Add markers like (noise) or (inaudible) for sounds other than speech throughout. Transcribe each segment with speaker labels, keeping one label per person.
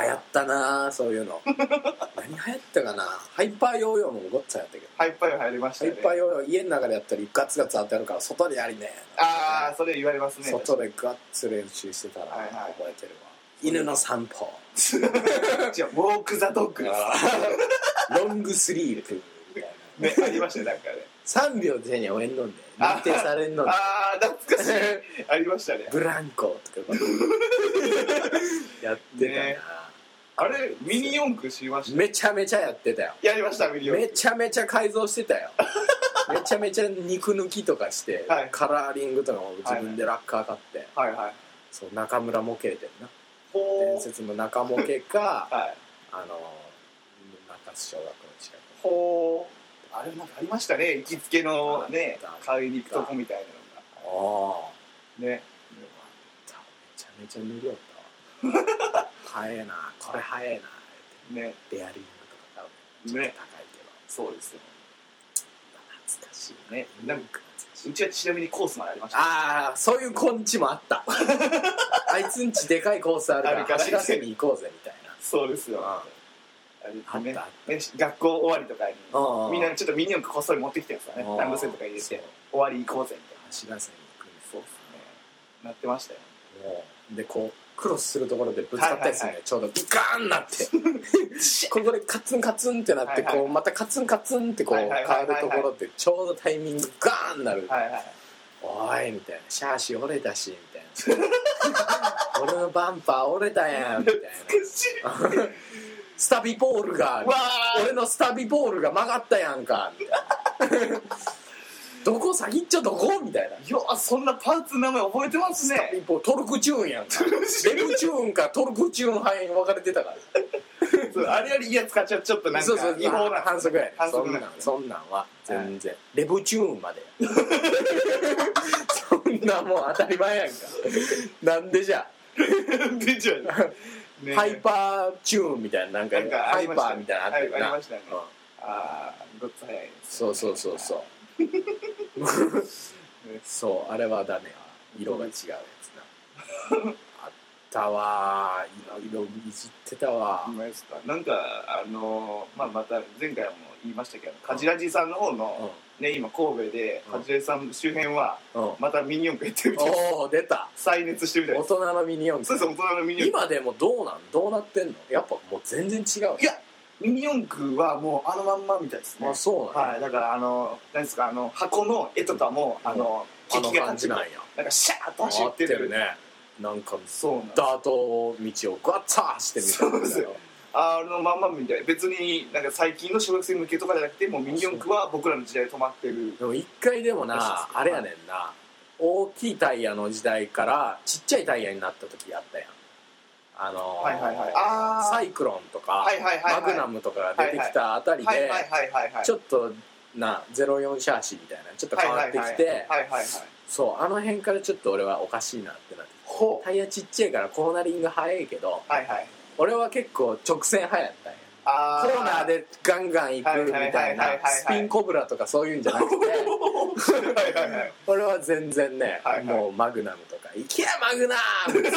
Speaker 1: 流行ったなそういう
Speaker 2: (laughs)
Speaker 1: の何流行ったかなハイパーヨーヨーもごっつ流行ったけど
Speaker 2: ハイパーヨー入りました
Speaker 1: ハ
Speaker 2: ね
Speaker 1: イパーヨーヨー家の中でやったりガツガツ当てあるから外でやりね
Speaker 2: ああそれ言われますね
Speaker 1: 外でガッツ練習してたら
Speaker 2: はいはい
Speaker 1: 覚えてるわ、犬の散歩
Speaker 2: じゃウォーク・ザ・ドッグで
Speaker 1: ロングスリープみたいな
Speaker 2: すねありましたねなんかね
Speaker 1: 3秒で手に終えんのんで認定されんのんで
Speaker 2: ああ懐かしいありましたね
Speaker 1: ブランコとか
Speaker 2: (laughs)
Speaker 1: やってたな、
Speaker 2: ねあれミニ四駆しました
Speaker 1: めちゃめちゃやってたよ
Speaker 2: やりましたミニ四
Speaker 1: め
Speaker 2: 駆
Speaker 1: ちゃめちゃ改造してた
Speaker 2: (laughs)
Speaker 1: よめちゃめちゃ肉抜きとかして、
Speaker 2: はい
Speaker 1: カラーリングとかも自分でラッカー買って、
Speaker 2: はいはい
Speaker 1: そう中村模型でな
Speaker 2: ほ
Speaker 1: 伝
Speaker 2: う
Speaker 1: 説の中模型か
Speaker 2: (laughs) はい
Speaker 1: あの中津小学校の近く
Speaker 2: ほうあれなんかありましたね行きつけのね
Speaker 1: あった
Speaker 2: 買いに行くとこみたい
Speaker 1: ああ
Speaker 2: (laughs) なのがね
Speaker 1: めちゃめちゃ塗りよったわ早えなこれ早えな
Speaker 2: ね
Speaker 1: ベアリングとか多分ちょっ
Speaker 2: ね
Speaker 1: と高いけど、
Speaker 2: そうですよ
Speaker 1: 懐かしい
Speaker 2: ね
Speaker 1: な
Speaker 2: なんん
Speaker 1: か懐かしいう
Speaker 2: ちはちなみにコースまでありました
Speaker 1: ああそういう根地もあった
Speaker 2: (laughs)
Speaker 1: あいつんちでかいコースあるか
Speaker 2: あ
Speaker 1: ら
Speaker 2: るから
Speaker 1: 走らせに行こうぜみたいな
Speaker 2: そうですよあ
Speaker 1: あっ
Speaker 2: れ
Speaker 1: た
Speaker 2: ね
Speaker 1: あっ
Speaker 2: ね学校終わりとかに
Speaker 1: た
Speaker 2: みんなちょっとミニ四駆こっそり持ってきてるんですよ
Speaker 1: あー
Speaker 2: ねランドセルとか入れ
Speaker 1: そう
Speaker 2: て終わり行こうぜみたいな
Speaker 1: 走らせに行くんです
Speaker 2: そうですねなってましたよ
Speaker 1: もうでこうクロスするところでぶつかったりするね、
Speaker 2: はいはいは
Speaker 1: ちょうどビカーンなって
Speaker 2: (laughs)
Speaker 1: ここでカツンカツンってなって、
Speaker 2: はいはい
Speaker 1: こうまたカツンカツンってこう
Speaker 2: は
Speaker 1: 変
Speaker 2: い
Speaker 1: わ
Speaker 2: はいはいはい
Speaker 1: るところでちょうどタイミングガーンなる、
Speaker 2: はいはい
Speaker 1: おいみたいなシャーシ折れたしみた
Speaker 2: (laughs)
Speaker 1: いな俺のバンパー折れたやんみたいな
Speaker 2: 懐かしい
Speaker 1: (laughs) スタビボールが
Speaker 2: わ
Speaker 1: 俺のスタビボールが曲がったやんか (laughs) みたいなどこ先っちょどこみたいな
Speaker 2: ーよあそんなパーツの名前覚えてます
Speaker 1: スタ
Speaker 2: ね
Speaker 1: ビボールトルクチューンやんかレムチューンかトルクチューン派に分かれてたから
Speaker 2: そうあれよりいや使っちゃうちょっとなんか
Speaker 1: そうそう
Speaker 2: 違法な
Speaker 1: 反則やね
Speaker 2: 反
Speaker 1: そん
Speaker 2: 則
Speaker 1: な
Speaker 2: なんん
Speaker 1: そんなんは全然、レブチューンまで (laughs) そんなもう当たり前やんかなんでじゃ
Speaker 2: (laughs) 出ちゃう
Speaker 1: あ、
Speaker 2: ね
Speaker 1: ハイパーチューンみたいななんか
Speaker 2: なんかあ
Speaker 1: ハイ
Speaker 2: り
Speaker 1: パ
Speaker 2: まし
Speaker 1: ー
Speaker 2: たね
Speaker 1: みたいなのあったよな、
Speaker 2: はいありましたね
Speaker 1: うん
Speaker 2: ああごっつ早いです
Speaker 1: そうそうそう
Speaker 2: (laughs)
Speaker 1: そうそうあれはダメや色が違うやつなあったわいろいろいじってたわ、
Speaker 2: いましたなんかあのーまあまた前回も言いましたけどカジラジさんの方の、ね今神戸で
Speaker 1: うん
Speaker 2: カジラジさんの周辺は
Speaker 1: うん、うん、
Speaker 2: またミニ四駆やってるみたいです
Speaker 1: おお出た
Speaker 2: 再熱してるみたい
Speaker 1: 大
Speaker 2: です
Speaker 1: 人のミニ四
Speaker 2: そう
Speaker 1: 駆
Speaker 2: です大人のミニ四駆
Speaker 1: 今でもどうなんどうなってんのやっぱもう全然違う
Speaker 2: いやミニ四駆はもうあのまんまみたいですね
Speaker 1: あそうなんや
Speaker 2: はいだからあの何ですかあの箱の絵とかもあの
Speaker 1: あの
Speaker 2: 敵が
Speaker 1: 感
Speaker 2: 立
Speaker 1: じな
Speaker 2: ちなんん
Speaker 1: や
Speaker 2: かシャーッと走
Speaker 1: 合
Speaker 2: っ
Speaker 1: ってて
Speaker 2: る
Speaker 1: るねなんか
Speaker 2: そうなんです
Speaker 1: ダート道をガッツァーしてみたいな
Speaker 2: そうですよあのまんまみたい別になんか最近の小学生向けとかじゃなくてもうミニ四駆は僕らの時代で止まってる
Speaker 1: でも一回でも
Speaker 2: そう
Speaker 1: な
Speaker 2: そう
Speaker 1: あれやねんな大きいタイヤの時代からちっちゃいタイヤになった時あったやんあのー
Speaker 2: はいはいはいあー
Speaker 1: サイクロンとか、
Speaker 2: はいはいはいはい
Speaker 1: マグナムとかが出てきたあたりで、
Speaker 2: はいはいはいはいはい
Speaker 1: ちょっとな04シャーシみたいなちょっと変わってきて、
Speaker 2: はいはいはいはいはいはい
Speaker 1: そうあの辺からちょっと俺はおかしいなってなって
Speaker 2: ほ
Speaker 1: タイヤちっちゃいからコーナリング早いけど
Speaker 2: うはいはい
Speaker 1: 俺は結構直線派やったんや
Speaker 2: あ
Speaker 1: コーナーでガンガン行くみたいな
Speaker 2: はいはいはいはいはいはい
Speaker 1: スピンコブラとかそういうんじゃなくて
Speaker 2: (laughs) はいはい
Speaker 1: (laughs)
Speaker 2: はい
Speaker 1: 俺は全然ね、
Speaker 2: はいはい
Speaker 1: もうマグナムとか「いけやマグナム!」
Speaker 2: 加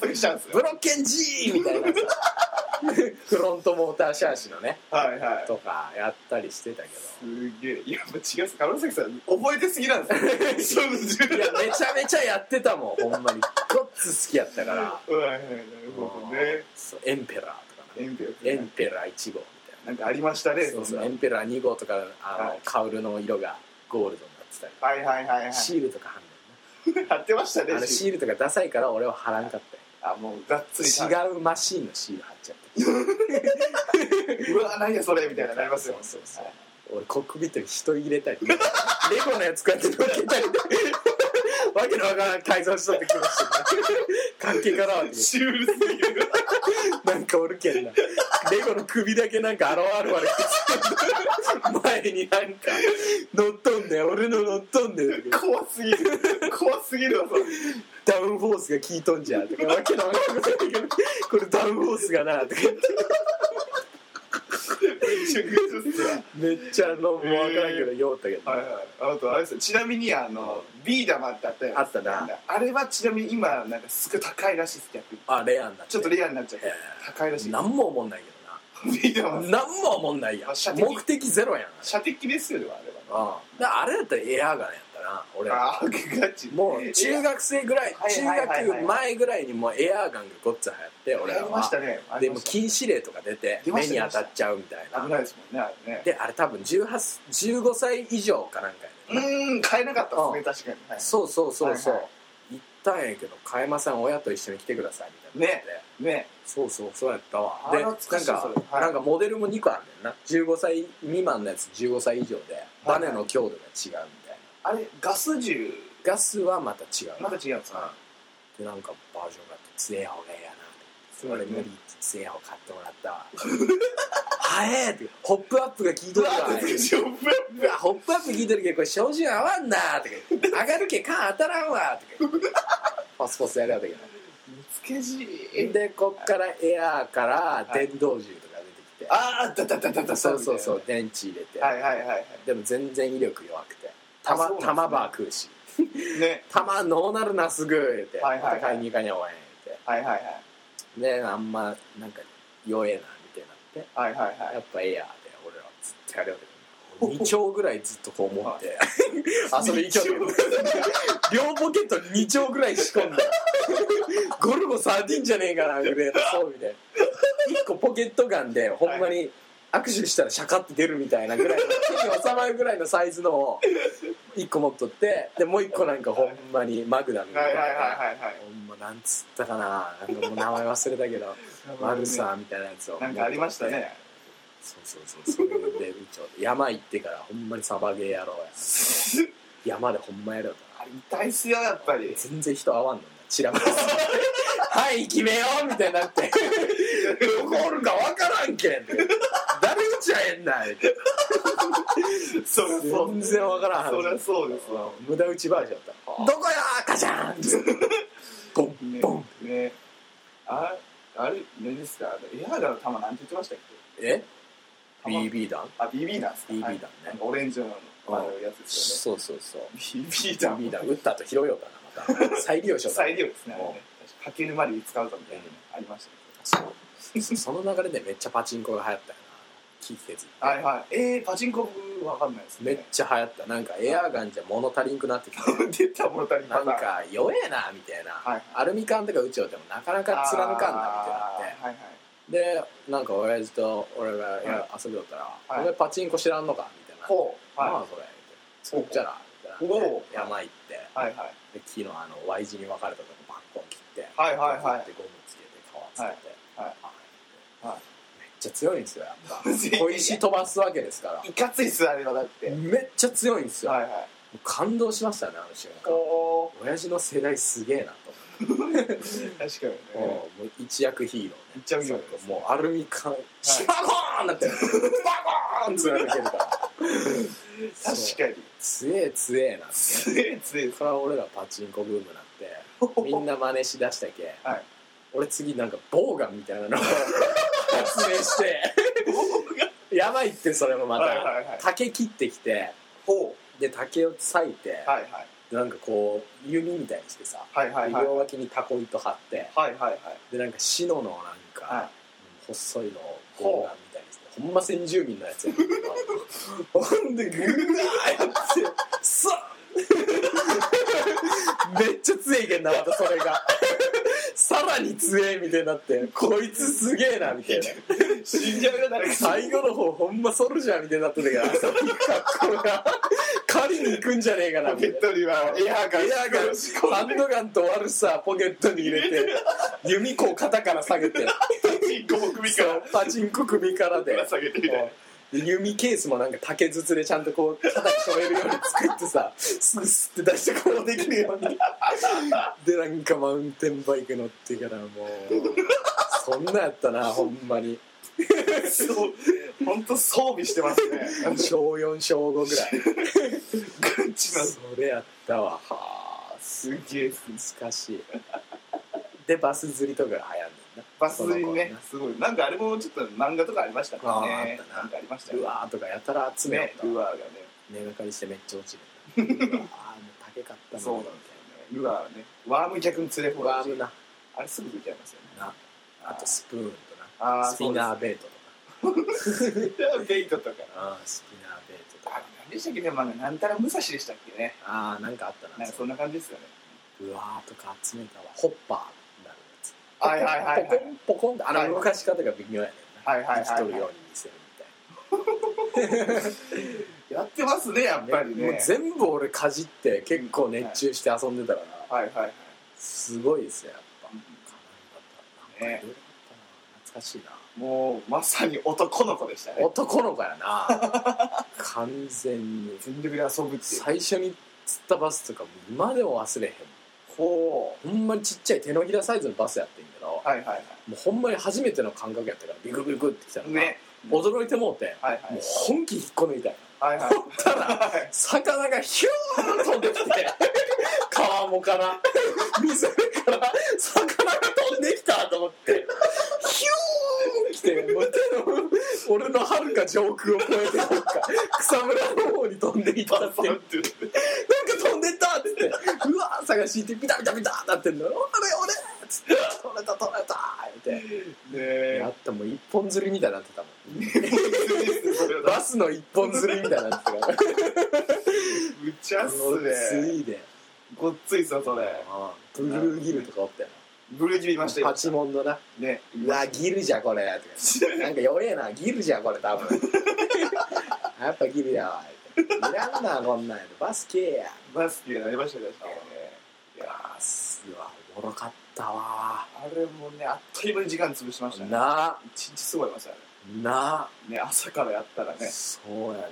Speaker 2: 速しちゃうんです
Speaker 1: ブ
Speaker 2: よ
Speaker 1: ロッケン G! みたいなさ (laughs) フロントモーターシャーシのね
Speaker 2: はいはい
Speaker 1: とかやったりしてたけ
Speaker 2: すげえいやもう違うっす川崎さん覚えてすぎなんですよそう
Speaker 1: どい
Speaker 2: い
Speaker 1: や
Speaker 2: や
Speaker 1: めちゃめちゃやってたもんほんまにごっつ好きやったから
Speaker 2: はいはいなるほどね
Speaker 1: そうエンペラーとかね
Speaker 2: エンペラ
Speaker 1: エンペラー1号みたいな
Speaker 2: なんかありましたね
Speaker 1: そうそう
Speaker 2: の
Speaker 1: エンペラー2号とかあの、
Speaker 2: はい
Speaker 1: カウルの色がゴールドになってたり、
Speaker 2: はいはいはいはい
Speaker 1: シールとか貼んね
Speaker 2: 貼ってました
Speaker 1: んなあ
Speaker 2: ね
Speaker 1: のシールとかダサいから俺は貼らんかったよ
Speaker 2: あもうがっつり貼る
Speaker 1: 違うマシーンのシール貼っちゃった
Speaker 2: うわ何やそれみたいななりますよ
Speaker 1: そうそうそう俺コックピットに人入れたりレゴのやつこうやって乗っけたりわけのわからん改造しとってきましたね関係からはね
Speaker 2: シュールすぎる
Speaker 1: なんかおるけんなレゴの首だけなんか現るわれて前になんか乗っとんねん俺の乗っとんねん
Speaker 2: 怖すぎる怖すぎるわそれ
Speaker 1: ダウンフォースが効いとんじゃんとかわけのわからんこと言ってくるこれダウンフォースがなとか言って
Speaker 2: め
Speaker 1: めっちゃあのもう分からんけど酔ったけど、
Speaker 2: はいはい、あとあれですよちなみにあのビー玉ってあったよ
Speaker 1: あったな
Speaker 2: あれはちなみに今なんかすごい高いらしいです逆に
Speaker 1: あレアになって
Speaker 2: ちょっとレアになっちゃって
Speaker 1: え
Speaker 2: 高いらしい
Speaker 1: ーなんも思んないけ
Speaker 2: ビー
Speaker 1: ど
Speaker 2: 玉
Speaker 1: ななんも思んないやん
Speaker 2: あ射的
Speaker 1: 目的ゼロやん
Speaker 2: 射的ですよねあれは
Speaker 1: あああれだったらエアガンやったな俺は
Speaker 2: ああガチ
Speaker 1: もう中学生ぐらい
Speaker 2: はい
Speaker 1: 中
Speaker 2: はいはいはい
Speaker 1: 学前ぐらいにもうエアーガンがごっつ流行って俺
Speaker 2: 俺あ
Speaker 1: ら
Speaker 2: りま
Speaker 1: は
Speaker 2: したねあ
Speaker 1: で
Speaker 2: り
Speaker 1: も
Speaker 2: ま
Speaker 1: う
Speaker 2: した
Speaker 1: 禁止令とか出て
Speaker 2: 出ま
Speaker 1: 目
Speaker 2: した
Speaker 1: に当たっちゃうみたい
Speaker 2: 危
Speaker 1: な
Speaker 2: ないですもんねあれね
Speaker 1: であれ多分18 15歳以上かなんかやねんな
Speaker 2: うーん買えなかったですね確かに、は
Speaker 1: そうそうそうそう、
Speaker 2: はいは
Speaker 1: 行ったんやけど加山さん親と一緒に来てくださいみたいなって
Speaker 2: い、ね
Speaker 1: そうそうそうやったわ
Speaker 2: あ
Speaker 1: で
Speaker 2: ー
Speaker 1: なん
Speaker 2: 懐かしい
Speaker 1: か
Speaker 2: それはい
Speaker 1: なんかモデルも2個あるんだよな15歳未満のやつ15歳以上でバネの強度が違うみたいな
Speaker 2: あれガス銃
Speaker 1: ガスはまた違う
Speaker 2: また違うんですか
Speaker 1: でなんかバージョンがあって強い方がいいやな
Speaker 2: そ
Speaker 1: 俺無理って強い方買ってもらった
Speaker 2: (laughs)
Speaker 1: わ早えってホップアップが効いと
Speaker 2: う
Speaker 1: る
Speaker 2: わ
Speaker 1: わ
Speaker 2: 懐かしいおっぱいう
Speaker 1: わホップアップ聞いてるけどこれ照準合わんなーとか言
Speaker 2: (laughs)
Speaker 1: って上がるけ缶当たらんわーとか言ってパスパスやりゃだけ
Speaker 2: 懐かし
Speaker 1: ど
Speaker 2: い
Speaker 1: でこっからエアーから電動銃とか出てきて
Speaker 2: ああだだだだ
Speaker 1: (laughs)
Speaker 2: だ
Speaker 1: そうそうそう
Speaker 2: み
Speaker 1: 電池入れて、
Speaker 2: たいなはいはいはいは
Speaker 1: でも全然威力弱くて
Speaker 2: あ
Speaker 1: 玉
Speaker 2: そうなんですね
Speaker 1: 玉バー食うし
Speaker 2: いね
Speaker 1: 玉ノーなるなすぐ言うて
Speaker 2: はいはいはい
Speaker 1: 戦いに行かにゃおえん言
Speaker 2: はいはいはいう
Speaker 1: てであんまなんか弱えなみたいになって
Speaker 2: はいはいは
Speaker 1: や
Speaker 2: い
Speaker 1: っぱエアーで俺らずっとやるよ2丁ぐらいずっとこう持って
Speaker 2: (laughs)
Speaker 1: 遊びに (laughs) 行きよったけど両ポケットに2丁ぐらい仕込んだゴルゴ13じゃねえかなぐらいの装備で1個ポケットガンでほんまに握手したらシャカって出るみたいなぐらいの手に収まるぐらいのサイズのを1個持っとってでもう1個なんかほんまにマグダムみ
Speaker 2: は
Speaker 1: たい
Speaker 2: い
Speaker 1: な
Speaker 2: はいはいはい
Speaker 1: ほんまなんつったかななんかもう名前忘れたけどマルサーみたいなやつを
Speaker 2: なんかありましたね
Speaker 1: そうそうそうそれで一応山行ってからほんまにサバゲーやろうや山でほんまやろう
Speaker 2: あれ痛いっすよやっぱり
Speaker 1: 全然人合わんのにな散らばらされて (laughs) はい決めよう」みたいになって「どこおるかわからんけん」誰打ちゃえんない」って
Speaker 2: そりゃそう
Speaker 1: 全然わからん
Speaker 2: そりゃ
Speaker 1: 話
Speaker 2: そうですわ
Speaker 1: 無駄打ちバージョンだった「どこよーカチャーン!」ボン
Speaker 2: ね
Speaker 1: ボン
Speaker 2: ねああれ何ですかエアガンの弾なんて言ってましたっけ
Speaker 1: え
Speaker 2: 弾
Speaker 1: BB 弾
Speaker 2: あ BB なんですか
Speaker 1: BB 弾
Speaker 2: はい
Speaker 1: ね
Speaker 2: なんかオレンジのあのやつです
Speaker 1: そうそうそう
Speaker 2: よね BB 弾
Speaker 1: BB 弾打った後拾ようかなま (laughs) た再利用しようかな
Speaker 2: 再利用ですねあれね駆け沼で使うかみたいなのねありましたけ
Speaker 1: そうそその流れでめっちゃパチンコが流行ったよな気づけず
Speaker 2: どはいはいえーパチンコ僕わかんないです
Speaker 1: めっ
Speaker 2: ね
Speaker 1: ちゃ流行ったなんかエアガンじゃ物足りんくなってきて
Speaker 2: (laughs) 出た物足り
Speaker 1: なん
Speaker 2: パターン
Speaker 1: か弱えなみたいな、
Speaker 2: はい
Speaker 1: アルミ缶とか打ちよってもなかなか貫かんなみたいになっ
Speaker 2: あーはいはい
Speaker 1: てでなんか親父と俺がいや遊びよったら「
Speaker 2: い
Speaker 1: お前パチンコ知らんのか?」みたいな「
Speaker 2: ほう
Speaker 1: ま
Speaker 2: は
Speaker 1: あそれ」作っちゃら」みたいな
Speaker 2: おう
Speaker 1: 山行って
Speaker 2: いはいはい
Speaker 1: で木のあの Y 字に分かれたとこバッコン切って
Speaker 2: はいはいはい
Speaker 1: でゴムつけて皮つけて
Speaker 2: はいはい
Speaker 1: あ
Speaker 2: はい
Speaker 1: めっちゃ強いんですよやっぱ
Speaker 2: 全
Speaker 1: 小石飛ばすわけですから
Speaker 2: (laughs) いかついっすあれはだってはい
Speaker 1: めっちゃ強いんですよ、
Speaker 2: は
Speaker 1: も
Speaker 2: いう
Speaker 1: 感動しましたねあの瞬間
Speaker 2: おー
Speaker 1: 親父の世代すげえなと
Speaker 2: 確かに
Speaker 1: 思って、
Speaker 2: ね
Speaker 1: もう一躍ヒーローね
Speaker 2: 一躍ヒーローです
Speaker 1: そうもうアルミ缶スパコーンなってスパコーンつられてるから
Speaker 2: 確かに
Speaker 1: 強え強えなって
Speaker 2: つえつえ
Speaker 1: それは俺らパチンコブームなってみんな真似しだしたけ、
Speaker 2: はい
Speaker 1: 俺次なんかボウガンみたいなのを発明してやばいってそれもまた、
Speaker 2: はいはいはい
Speaker 1: 竹切ってきて
Speaker 2: ほ
Speaker 1: で竹を裂いて、
Speaker 2: うはいはい
Speaker 1: でなんかこう弓みたいにしてさ、
Speaker 2: はいはい
Speaker 1: で
Speaker 2: はい
Speaker 1: 両脇にタコ糸張って
Speaker 2: はいはいはい
Speaker 1: でなんかシノのなんか、
Speaker 2: は
Speaker 1: 細いのをボウガンみたいにしてほんま先住民のやつやねんけどほんでグーッやってさっめっちゃ強いけんなまたそれがさらに強えみたいになってこいつすげえなみたいな
Speaker 2: 死んじゃうよ誰か
Speaker 1: 最後の方ほんまソルジャーみたいになってたけどあそこに格好が狩りに行くんじゃねえかなみた
Speaker 2: ペ
Speaker 1: いな
Speaker 2: ットにはエアーが
Speaker 1: エアガンハンドガンとワルサーポケットに入れて弓こう肩から下げて
Speaker 2: 人工首か
Speaker 1: そうパチンコ首からで
Speaker 2: ら下げてみたいな
Speaker 1: で弓ケースもなんか竹筒でちゃんとこう肩に添えるように作ってさすぐスって出してこうできるようにでなんかマウンテンバイク乗ってからもうそんなやったなほんまに
Speaker 2: そう本当装備してますね
Speaker 1: 小4小5ぐらい
Speaker 2: ガチな
Speaker 1: それやったわ
Speaker 2: はあすげえ
Speaker 1: 懐かしいでバス釣りとかが流行んねんなな
Speaker 2: バスに
Speaker 1: こ
Speaker 2: ね
Speaker 1: の子はな
Speaker 2: すごいなんかあれもちょっと漫画とかありましたからね
Speaker 1: あーあったな
Speaker 2: なんかありました
Speaker 1: う
Speaker 2: よ
Speaker 1: わーとかやたら集めよ
Speaker 2: ね
Speaker 1: った
Speaker 2: ルアーがね
Speaker 1: 根がかりしてめっちゃ落ちるうわーもう高かった
Speaker 2: そうなんだよねルアーねワーム逆に連れ放
Speaker 1: ワ
Speaker 2: 題
Speaker 1: ームな
Speaker 2: あれすぐ出ちゃいますよね
Speaker 1: なあとスプーンと
Speaker 2: あ
Speaker 1: な
Speaker 2: ー
Speaker 1: スピナーベイトとか
Speaker 2: そうですベイトとか
Speaker 1: あースピナーベイトと
Speaker 2: あ
Speaker 1: か
Speaker 2: れ何でしたっけねまあなんたら武蔵でしたっけね
Speaker 1: ああなんかあったな
Speaker 2: なんかそんな感じですよね
Speaker 1: うわーとか集めたわホッパーになるやつ
Speaker 2: はいはいはいはい
Speaker 1: ポコンポコンってあの動かし方が微妙やねんな
Speaker 2: はいはいはいはい
Speaker 1: 生きとるように見せるみたいな
Speaker 2: やってますねやっぱり
Speaker 1: もう
Speaker 2: ね
Speaker 1: 全部俺かじって結構熱中して遊んでたから、
Speaker 2: はいはいはい
Speaker 1: すごいですよやっぱ、
Speaker 2: うん
Speaker 1: なんか
Speaker 2: ね
Speaker 1: いろいろあったな懐かしいな
Speaker 2: もうまさに男の子でしたね
Speaker 1: 男の子やな完全に
Speaker 2: 全力で遊ぶっていう
Speaker 1: 最初に釣ったバスとかも今でも忘れへん
Speaker 2: ほ
Speaker 1: ほんまにちっちゃい手のひらサイズのバスやってんけど、
Speaker 2: うはいはいは
Speaker 1: もうほんまに初めての感覚やったからビクビクってきたの
Speaker 2: い
Speaker 1: が、
Speaker 2: ね
Speaker 1: 驚いてもうて、
Speaker 2: はいはい
Speaker 1: もう本気引っこ抜いたよ
Speaker 2: はいはい
Speaker 1: た (laughs) だ魚がヒューン飛んできて (laughs) 川もから水から魚が飛んできたと思ってヒューン来てもう手の俺のはるか上空を越えてなんか草むらの方に飛んでいったっていうなんか飛んでったって言ってうわー探しいってビタビタビタってなってんの「俺俺!」っつって「取れた取れた!」言って
Speaker 2: ねえ
Speaker 1: やったもう一本釣りみたいになってたもん
Speaker 2: それ
Speaker 1: バスの一本釣りみたいになってたから
Speaker 2: む
Speaker 1: (laughs)
Speaker 2: ちゃっす
Speaker 1: つ
Speaker 2: ね
Speaker 1: いで
Speaker 2: ごっついっすよそれ
Speaker 1: ブルーギルとかおったよ
Speaker 2: ブルーギルいまし
Speaker 1: な。
Speaker 2: たよ
Speaker 1: 八問のな。
Speaker 2: ね
Speaker 1: うわ、ギルじゃこれ。とかなんか弱えな。ギルじゃこれ、多
Speaker 2: (laughs)
Speaker 1: 分。やっぱギルやわ。いらんな、こんなんやと。バスケや。
Speaker 2: (laughs) バスケになりましたね確かにねいや
Speaker 1: あすわ、おもろかったわ。
Speaker 2: あれもねあっという間に時間潰しましたね
Speaker 1: な、
Speaker 2: 一日過ごいましたよね
Speaker 1: な、
Speaker 2: ね朝からやった
Speaker 1: (laughs)
Speaker 2: らね
Speaker 1: そうやね。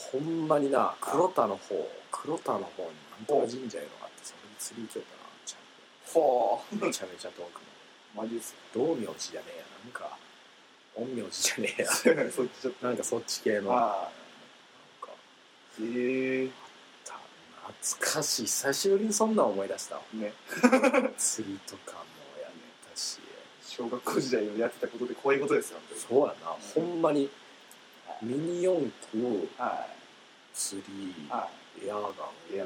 Speaker 2: 本当に
Speaker 1: ほんまにな、黒田の方、黒田の方になんとか神社いるのがあって、そこに釣り行きよったな。ち
Speaker 2: ほ
Speaker 1: ゃんとめちゃめちゃ遠く
Speaker 2: うマジっ
Speaker 1: (laughs)
Speaker 2: す
Speaker 1: の。道明寺じゃねえや。なんか、陰陽寺じゃねえや。
Speaker 2: ねそっちちょっ
Speaker 1: なんかそっち系
Speaker 2: と
Speaker 1: の。
Speaker 2: まあ
Speaker 1: なんか
Speaker 2: ええ
Speaker 1: 懐かしい久しぶりにそんなん思い出したわ
Speaker 2: ね
Speaker 1: 釣りとかもやったし
Speaker 2: 小学校時代にやってたことでこういうことですよ本当に
Speaker 1: そうやなほんまにミニ四駆
Speaker 2: は
Speaker 1: 釣り
Speaker 2: いは
Speaker 1: エアガン
Speaker 2: いや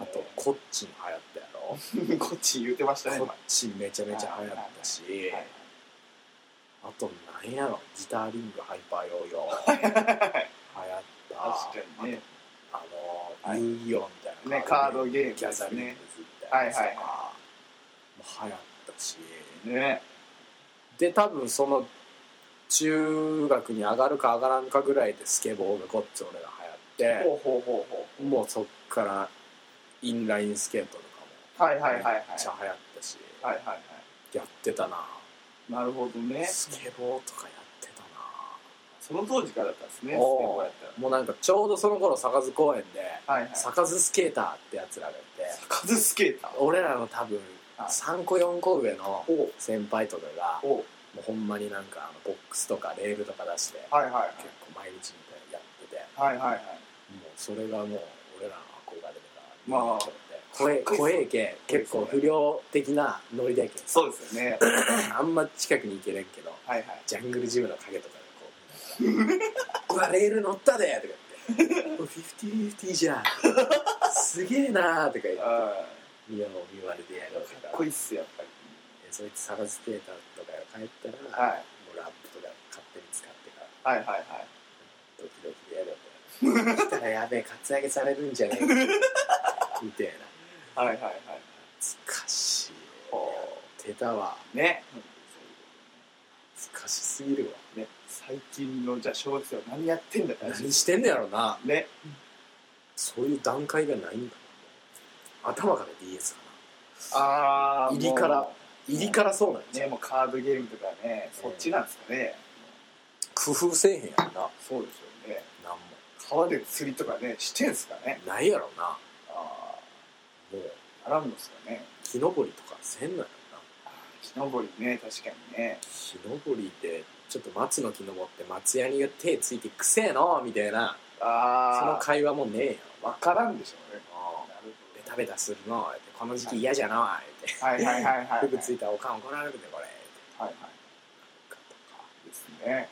Speaker 1: あとこっちに流行ったや
Speaker 2: (laughs) こっち言うてましたね
Speaker 1: ろこ
Speaker 2: 今
Speaker 1: っちめちゃめちゃ流行ったし
Speaker 2: はい
Speaker 1: あとなんやろギターリングハイパーヨーヨー流行った
Speaker 2: 確かにね
Speaker 1: あの遊戯王みたいな
Speaker 2: ねカードゲーム
Speaker 1: ギャザリング
Speaker 2: ね
Speaker 1: ズみたいなやつとか
Speaker 2: はいはい
Speaker 1: もう流行ったし
Speaker 2: ね
Speaker 1: で多分その中学に上がるか上がらんかぐらいでスケボーがこっち俺が流行っ
Speaker 2: ほうほうほうほ
Speaker 1: てもうそっからインラインスケートとか
Speaker 2: うはいはい
Speaker 1: も
Speaker 2: はいはい
Speaker 1: めっちゃ流行ったし、
Speaker 2: はいはいは
Speaker 1: やってたない
Speaker 2: なるほどね
Speaker 1: スケボーとかやってたな
Speaker 2: その当時からだったんですねスケボ
Speaker 1: お
Speaker 2: ー
Speaker 1: ー
Speaker 2: やった
Speaker 1: もうなんかちょうどその頃坂津公園で
Speaker 2: らはいはい
Speaker 1: 坂津スケーターってやつらがいて
Speaker 2: カズスケーター
Speaker 1: 俺らの多分
Speaker 2: はい
Speaker 1: 3個4個上の
Speaker 2: おう
Speaker 1: 先輩とかがも
Speaker 2: おう
Speaker 1: うほんまになんかあのボックスとかレールとか出して
Speaker 2: はいはいはい
Speaker 1: 結構毎日みたいにやってて
Speaker 2: はいはいは
Speaker 1: も
Speaker 2: い
Speaker 1: うそれがもう俺らの憧れだから
Speaker 2: まあ
Speaker 1: 声
Speaker 2: かっこいい
Speaker 1: 声系結構不良的なノリだけど
Speaker 2: そうですよね
Speaker 1: あんま近くに行けれんけど
Speaker 2: はいはい
Speaker 1: ジャングルジムの影とかで
Speaker 2: (laughs)
Speaker 1: こううわレール乗ったで!」とか言って「おフィフティフティじゃんすげえな」とか言って
Speaker 2: あ
Speaker 1: 見よう見まれてやろうと
Speaker 2: ーかっ
Speaker 1: か
Speaker 2: こいいっすよやっぱり
Speaker 1: えそいつサガスケーターとかが帰ったら、
Speaker 2: はい
Speaker 1: もうラップとか勝手に使ってから
Speaker 2: はいはいはい
Speaker 1: ドキドキでやろうとか来たらやべえカツアゲされるんじゃねえかみたいな
Speaker 2: はいはいはい
Speaker 1: 懐かしいや
Speaker 2: ほ
Speaker 1: ってたわ
Speaker 2: うね
Speaker 1: 懐かしすぎるわ
Speaker 2: ね最近のじゃあ小学生は何やってんだって話
Speaker 1: 何
Speaker 2: (laughs)
Speaker 1: してんねやろな
Speaker 2: ね
Speaker 1: そういう段階がないんだ頭から DS か
Speaker 2: ああ
Speaker 1: 入りからな入りからそうなんじゃ
Speaker 2: ね
Speaker 1: ん
Speaker 2: もうカードゲームとかねそっちなんですかね
Speaker 1: 工夫せえへんやろな
Speaker 2: そうですよね
Speaker 1: 何も
Speaker 2: 川で釣りとかねしてんすかね
Speaker 1: ないやろな
Speaker 2: あ
Speaker 1: もう
Speaker 2: あならんのっすかね
Speaker 1: 木登りとかせんのやろな
Speaker 2: あー木登りね確かにね
Speaker 1: 木登りでちょっと松の木登って松ヤニが手ついてくせえのみたいなその
Speaker 2: ああ
Speaker 1: 会話もねえやろ
Speaker 2: 分からんでしょうね
Speaker 1: な
Speaker 2: なるほど
Speaker 1: ベタベタするのってこの時期嫌じゃのうって
Speaker 2: はいはいはいはい。 (laughs)
Speaker 1: 服ついたらおかん怒られるでこれ
Speaker 2: はいはい。ですね。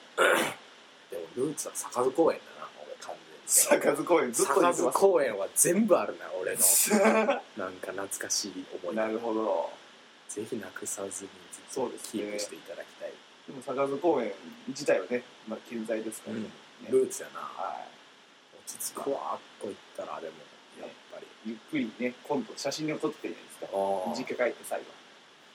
Speaker 1: でもルーツは坂津公園だな俺完全に
Speaker 2: 坂津公園ずっと
Speaker 1: 坂
Speaker 2: 行って
Speaker 1: 津
Speaker 2: ま
Speaker 1: 公園は全部あるな俺の
Speaker 2: す。
Speaker 1: なんか懐かしい思い
Speaker 2: (laughs) な
Speaker 1: 出
Speaker 2: るほど。
Speaker 1: ぜひなくさずにずっ
Speaker 2: そう
Speaker 1: と
Speaker 2: です
Speaker 1: キ
Speaker 2: ね
Speaker 1: ープしていただきたい、
Speaker 2: でも坂津公園自体はね、まあ健在ですからね。ね
Speaker 1: ルーツやな
Speaker 2: は
Speaker 1: 落ち着くわーっといったらでもやっぱり
Speaker 2: い。ゆっくりね、今度写真に撮っていいですか。
Speaker 1: あ
Speaker 2: 実家帰って最後。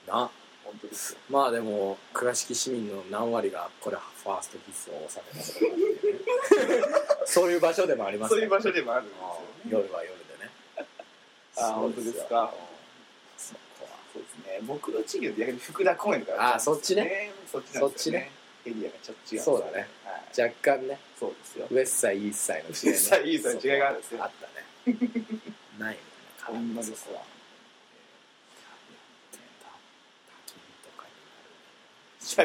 Speaker 1: あな
Speaker 2: 本当ですよ。
Speaker 1: まあでも倉敷市民の何割がこれファーストキスを収めたとかっていうね
Speaker 2: (laughs)
Speaker 1: そういう場所でもあります
Speaker 2: そう
Speaker 1: から
Speaker 2: いう場所でもあるんです
Speaker 1: ああ
Speaker 2: よね。
Speaker 1: 夜は夜でね
Speaker 2: ああ、本当ですか。
Speaker 1: そこは
Speaker 2: そうですね。僕の地域で逆に福田公園とか
Speaker 1: あーそっちね。
Speaker 2: そっちなんですよね。エリアがちょっと違うんですよ
Speaker 1: そうだね。
Speaker 2: はい。
Speaker 1: 若干ね
Speaker 2: そうですよ。
Speaker 1: ウエッサイイースサイの
Speaker 2: ウエッサイイースサイの違いがあるんですよ
Speaker 1: あったねないよね
Speaker 2: こんなですわ。
Speaker 1: 焚き火とかに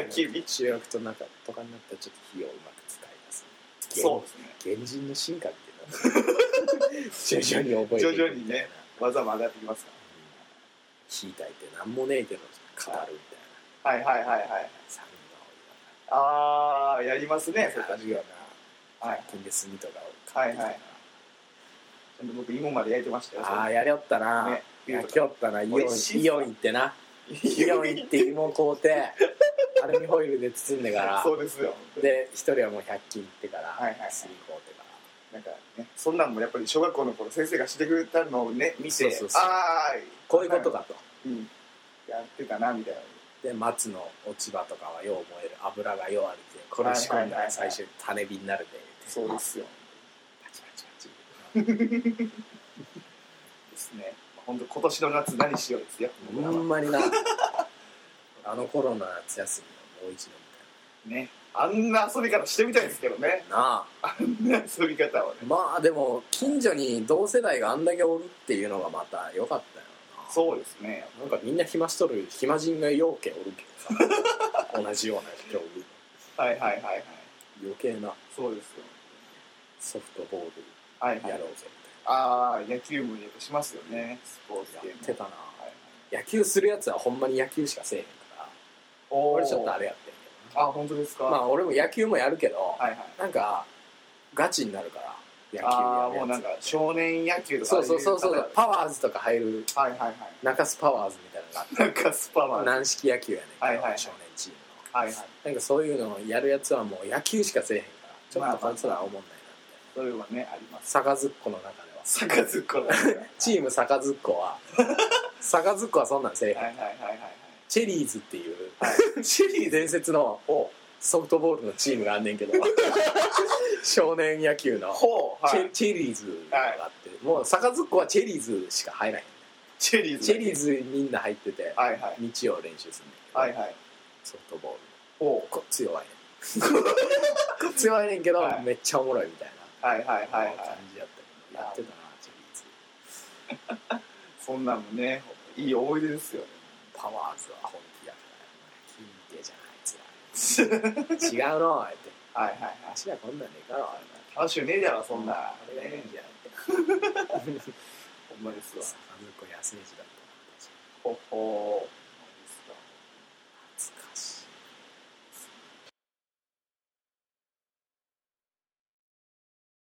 Speaker 1: なる
Speaker 2: 焚き火
Speaker 1: 中学となんかとかになったらちょっと火をうまく使いますね
Speaker 2: そうですね。
Speaker 1: 原人の進化っていうのは
Speaker 2: (laughs)
Speaker 1: 徐々に覚えていくみたいな
Speaker 2: 徐々にね技も上がってきますか
Speaker 1: 火焚いてなんもねえけど語るみたいな
Speaker 2: ら。はいはいはいはい。
Speaker 1: サウ
Speaker 2: ああ、やります
Speaker 1: ナを
Speaker 2: ね。
Speaker 1: やるあるような
Speaker 2: はい。
Speaker 1: 金で炭とかを
Speaker 2: は
Speaker 1: 買ってき
Speaker 2: い
Speaker 1: た
Speaker 2: は。
Speaker 1: ない
Speaker 2: ちゃんと僕芋まで焼いてましたよ。
Speaker 1: ああやりよったな、
Speaker 2: ね
Speaker 1: 焼きよったなイオン
Speaker 2: 美味しい
Speaker 1: イオン行ってなイオン行って芋買う
Speaker 2: (laughs)
Speaker 1: てアルミホイルで包んでから
Speaker 2: そうですよ。
Speaker 1: で一人はもう100均行ってから
Speaker 2: はいはいはい
Speaker 1: スリー買うてから
Speaker 2: なんかね、そんなんもやっぱり小学校の頃先生がしてくれたのをね見
Speaker 1: そう
Speaker 2: て
Speaker 1: そう、そう
Speaker 2: ああ、
Speaker 1: こういうことかと
Speaker 2: うん、やってたなみたいな。
Speaker 1: で松の落ち葉とかはよう燃える油がようあるでこれ仕込んだら最終種火になるで
Speaker 2: そうですよ。
Speaker 1: パチパチパチ
Speaker 2: ですね。本当今年の夏何しようですよ。僕ら
Speaker 1: ほ
Speaker 2: は
Speaker 1: んま
Speaker 2: (laughs)
Speaker 1: になあの頃の夏休みをもう一度み
Speaker 2: ね、あんな遊び方してみたいですけどね。
Speaker 1: たいななあ
Speaker 2: 遊び方はね。
Speaker 1: まあでも近所に同世代があんだけおるっていうのがまた良かったよな
Speaker 2: そうですね。
Speaker 1: なんかみんな暇しとる暇人がようけおるけどさ同じような人おる
Speaker 2: はいはいはいはい。
Speaker 1: 余計な
Speaker 2: そうですよ。
Speaker 1: ソフトボー
Speaker 2: はい
Speaker 1: ル
Speaker 2: は
Speaker 1: や
Speaker 2: い
Speaker 1: ろ。うぜ
Speaker 2: ああ、野球部にやっぱしますよね。スポーツ
Speaker 1: みたいな
Speaker 2: 系
Speaker 1: やってたな
Speaker 2: はい
Speaker 1: 野球するやつはほんまに野球しかせえへんから
Speaker 2: おー
Speaker 1: 俺ちょっとあれやってんけ
Speaker 2: あ、本当ですか。
Speaker 1: どなまあ俺も野球もやるけど、
Speaker 2: はいはい。
Speaker 1: なんかガチになるから野球
Speaker 2: あ
Speaker 1: や
Speaker 2: あ、もう
Speaker 1: るや
Speaker 2: なん
Speaker 1: つ
Speaker 2: か少年野球とか
Speaker 1: そうそうそうそ
Speaker 2: ああいう
Speaker 1: パワーズとか入る
Speaker 2: 方はいはいはい。
Speaker 1: 中洲パワーズみたいなのがあって
Speaker 2: なんかスパは。はい
Speaker 1: 軟式野球やねんけど、
Speaker 2: はいはいはい
Speaker 1: 少年チームの、
Speaker 2: はい。
Speaker 1: なんかそういうのをやるやつはもう野球しかせえへんからちょっとこいつらは思んないなみたい
Speaker 2: それはね、ありま
Speaker 1: な
Speaker 2: す。
Speaker 1: 坂ずっこの中では
Speaker 2: 坂ずっこだ。はい
Speaker 1: (laughs) チーム坂ずっこ
Speaker 2: (laughs)
Speaker 1: は坂ずっこはそんなんせえへん、
Speaker 2: はいはいはいはい。
Speaker 1: チェリーズっていう (laughs)
Speaker 2: はい。シリーズ。
Speaker 1: 伝説のソフトボールのチームがあんねんけ
Speaker 2: (laughs)
Speaker 1: ど少年野球の
Speaker 2: ほう。
Speaker 1: チ
Speaker 2: は
Speaker 1: ェ,、
Speaker 2: い。
Speaker 1: チェリーズがあって、もう坂ずっこはチェリーズしか入らへん
Speaker 2: チェリーズ。
Speaker 1: チェリーズみんな入ってて
Speaker 2: はいはい。
Speaker 1: 日曜練習するんだけど、
Speaker 2: はいはい。
Speaker 1: ソフトボール
Speaker 2: ほう。
Speaker 1: こっ強い (laughs) ねん強いねんけど、
Speaker 2: はい
Speaker 1: めっちゃおもろいみたい
Speaker 2: はいはい
Speaker 1: な
Speaker 2: はい
Speaker 1: 感
Speaker 2: はい。
Speaker 1: じやったけどやってたなチェリーズ
Speaker 2: そんなんもね、いい思い出ですよね。 (laughs)
Speaker 1: パワーズは本気やから金手じゃないあいつら違うのあって
Speaker 2: はいはいはい。
Speaker 1: 足はこんなんねえから
Speaker 2: 楽しゅうねえだろ、そんな。
Speaker 1: あれがいいんじゃんって (laughs)
Speaker 2: ほんまです
Speaker 1: 坂
Speaker 2: わ。
Speaker 1: ずっこ安い時だった
Speaker 2: ほほ